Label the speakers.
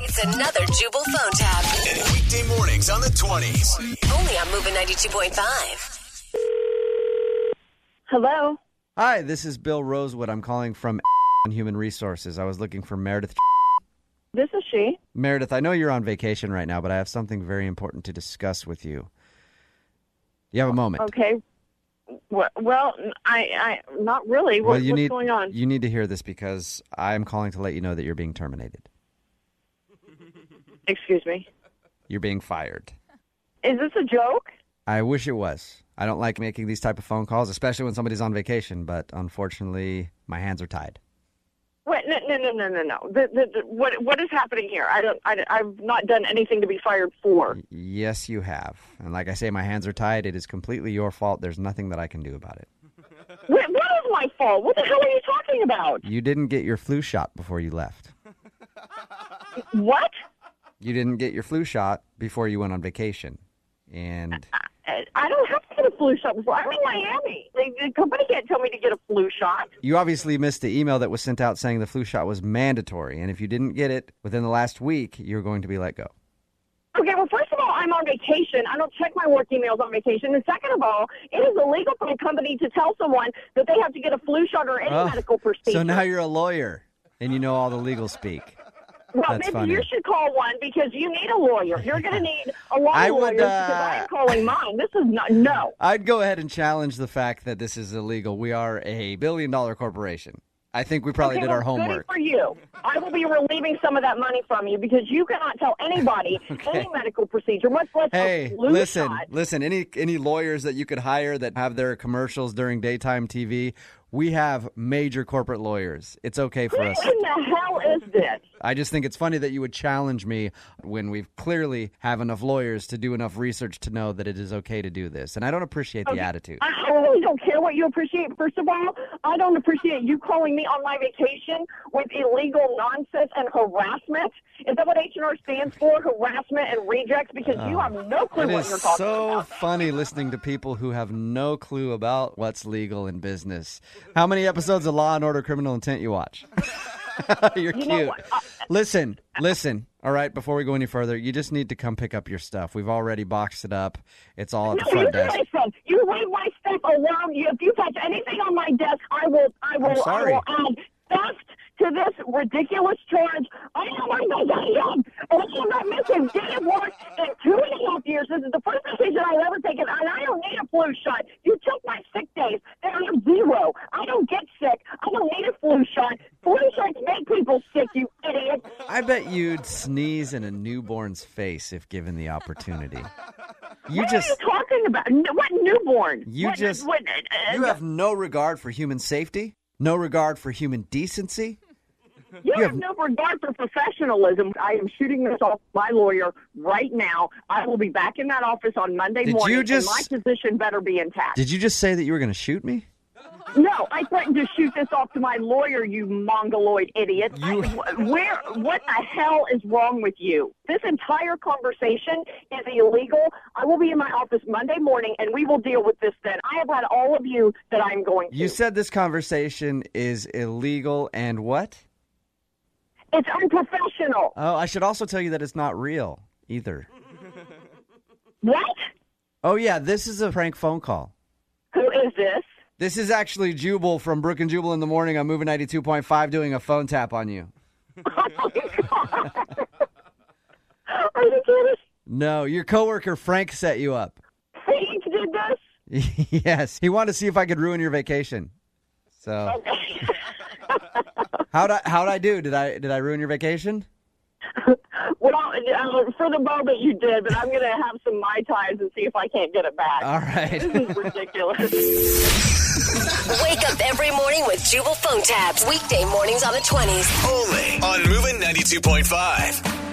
Speaker 1: It's another Jubal phone tab.
Speaker 2: And weekday mornings on the 20s.
Speaker 1: Only on Moving 92.5.
Speaker 3: Hello.
Speaker 4: Hi, this is Bill Rosewood. I'm calling from on Human Resources. I was looking for Meredith.
Speaker 3: This is she.
Speaker 4: Meredith, I know you're on vacation right now, but I have something very important to discuss with you. You have a moment.
Speaker 3: Okay. Well, well I, I, not really. What,
Speaker 4: Well, you
Speaker 3: what's
Speaker 4: need,
Speaker 3: going on?
Speaker 4: You need to hear this because I'm calling to let you know that you're being terminated.
Speaker 3: Excuse me.
Speaker 4: You're being fired.
Speaker 3: Is this a joke?
Speaker 4: I wish it was. I don't like making these type of phone calls, especially when somebody's on vacation, but unfortunately, my hands are tied.
Speaker 3: What? No, no, no, no, no, no. The, the, the, what, what is happening here? I don't. I, I've not done anything to be fired for.
Speaker 4: Yes, you have. And like I say, my hands are tied. It is completely your fault. There's nothing that I can do about it.
Speaker 3: What, what is my fault? What the hell are you talking about?
Speaker 4: You didn't get your flu shot before you left.
Speaker 3: What?
Speaker 4: you didn't get your flu shot before you went on vacation. And
Speaker 3: I I don't have to get a flu shot before. I'm in Miami. The, the company can't tell me to get a flu shot.
Speaker 4: you obviously missed the email that was sent out saying the flu shot was mandatory. And if you didn't get it within the last week, you're going to be let go.
Speaker 3: Okay, well, first of all, I'm on vacation. I don't check my work emails on vacation. And second of all, it is illegal for a company to tell someone that they have to get a flu shot or any
Speaker 4: Oh,
Speaker 3: medical procedure.
Speaker 4: so now you're a lawyer and you know all the legal speak.
Speaker 3: well,
Speaker 4: that's
Speaker 3: maybe
Speaker 4: funny.
Speaker 3: you should call one because you need a lawyer. You're going to need a lot
Speaker 4: I
Speaker 3: of lawyers
Speaker 4: would, uh,
Speaker 3: because I'm calling mine. This is not, no.
Speaker 4: I'd go ahead and challenge the fact that this is illegal. We are a billion dollar corporation. I think we probably
Speaker 3: Okay,
Speaker 4: did
Speaker 3: well,
Speaker 4: our homework.
Speaker 3: Good for you. I will be relieving some of that money from you because you cannot tell anybody any medical procedure, much less
Speaker 4: Hey,
Speaker 3: a flu
Speaker 4: listen,
Speaker 3: Oh, shot.
Speaker 4: listen. Any any lawyers that you could hire that have their commercials during daytime TV, we have major corporate lawyers. It's okay for
Speaker 3: Who
Speaker 4: us.
Speaker 3: in the hell is this?
Speaker 4: I just think it's funny that you would challenge me when we've clearly have enough lawyers to do enough research to know that it is okay to do this. And I don't appreciate the attitude.
Speaker 3: I I really don't care what you appreciate. First of all, I don't appreciate you calling me on my vacation with illegal nonsense and harassment. Is that what H&R stands for? Harassment and rejects? Because you have no clue
Speaker 4: It
Speaker 3: what
Speaker 4: Oh. is
Speaker 3: you're talking
Speaker 4: so
Speaker 3: about.
Speaker 4: funny listening to people who have no clue about what's legal in business. How many episodes of Law and Order Criminal Intent you watch?
Speaker 3: You
Speaker 4: You're cute.
Speaker 3: know what? Uh, I-
Speaker 4: listen, listen. All right, before we go any further, you just need to come pick up your stuff. We've already boxed it up. It's all at the
Speaker 3: No, you
Speaker 4: front desk.
Speaker 3: listen. You leave my stuff alone. You, if you touch anything on my desk, I will. I will.
Speaker 4: sorry.
Speaker 3: I will add theft to this ridiculous charge. I know my job, and I cannot miss a day of work in two and a half years. This is the first vacation I've ever taken, and I don't need a flu shot. You took my sick days. They are zero. I don't get sick. I don't need a flu shot. Flu shots make people sick. You idiot.
Speaker 4: I bet you'd sneeze in a newborn's face if given the opportunity. You
Speaker 3: what
Speaker 4: just
Speaker 3: are you talking about? N- What newborn?
Speaker 4: You
Speaker 3: What-
Speaker 4: just-
Speaker 3: What, uh,
Speaker 4: you have no regard for human safety, no regard for human decency.
Speaker 3: You,
Speaker 4: You
Speaker 3: have,
Speaker 4: have-
Speaker 3: no regard for professionalism. I am shooting this off my lawyer right now. I will be back in that office on Monday
Speaker 4: Did
Speaker 3: morning,
Speaker 4: you just-
Speaker 3: and my position better be intact.
Speaker 4: Did you just say that you were going to shoot me?
Speaker 3: No, I threatened to shoot this off to my lawyer, you mongoloid idiot.
Speaker 4: You-
Speaker 3: I- wh- where? What the hell is wrong with you? This entire conversation is illegal. I will be in my office Monday morning, and we will deal with this then. I have had all of you that I'm going to.
Speaker 4: You said this conversation is illegal and what?
Speaker 3: it's unprofessional.
Speaker 4: Oh, I should also tell you that it's not real either.
Speaker 3: what?
Speaker 4: Oh, yeah, this is a prank phone call.
Speaker 3: Who is this?
Speaker 4: This is actually Jubal from Brook and Jubal in the Morning. I'm moving 92.5 doing a phone tap on you.
Speaker 3: Oh my God. Are you kidding?
Speaker 4: No, your coworker Frank set you up.
Speaker 3: Fink did this?
Speaker 4: yes, he wanted to see if I could ruin your vacation. So
Speaker 3: Okay.
Speaker 4: how'd I how'd I do? Did I did I ruin your vacation?
Speaker 3: well, uh, for the moment you did, but I'm going to have some Mai Tais and see if I can't get it back.
Speaker 4: All right.
Speaker 3: This is ridiculous.
Speaker 1: Wake up every morning with Jubal phone tabs. Weekday mornings on the 20s.
Speaker 2: Only on Moving 92.5.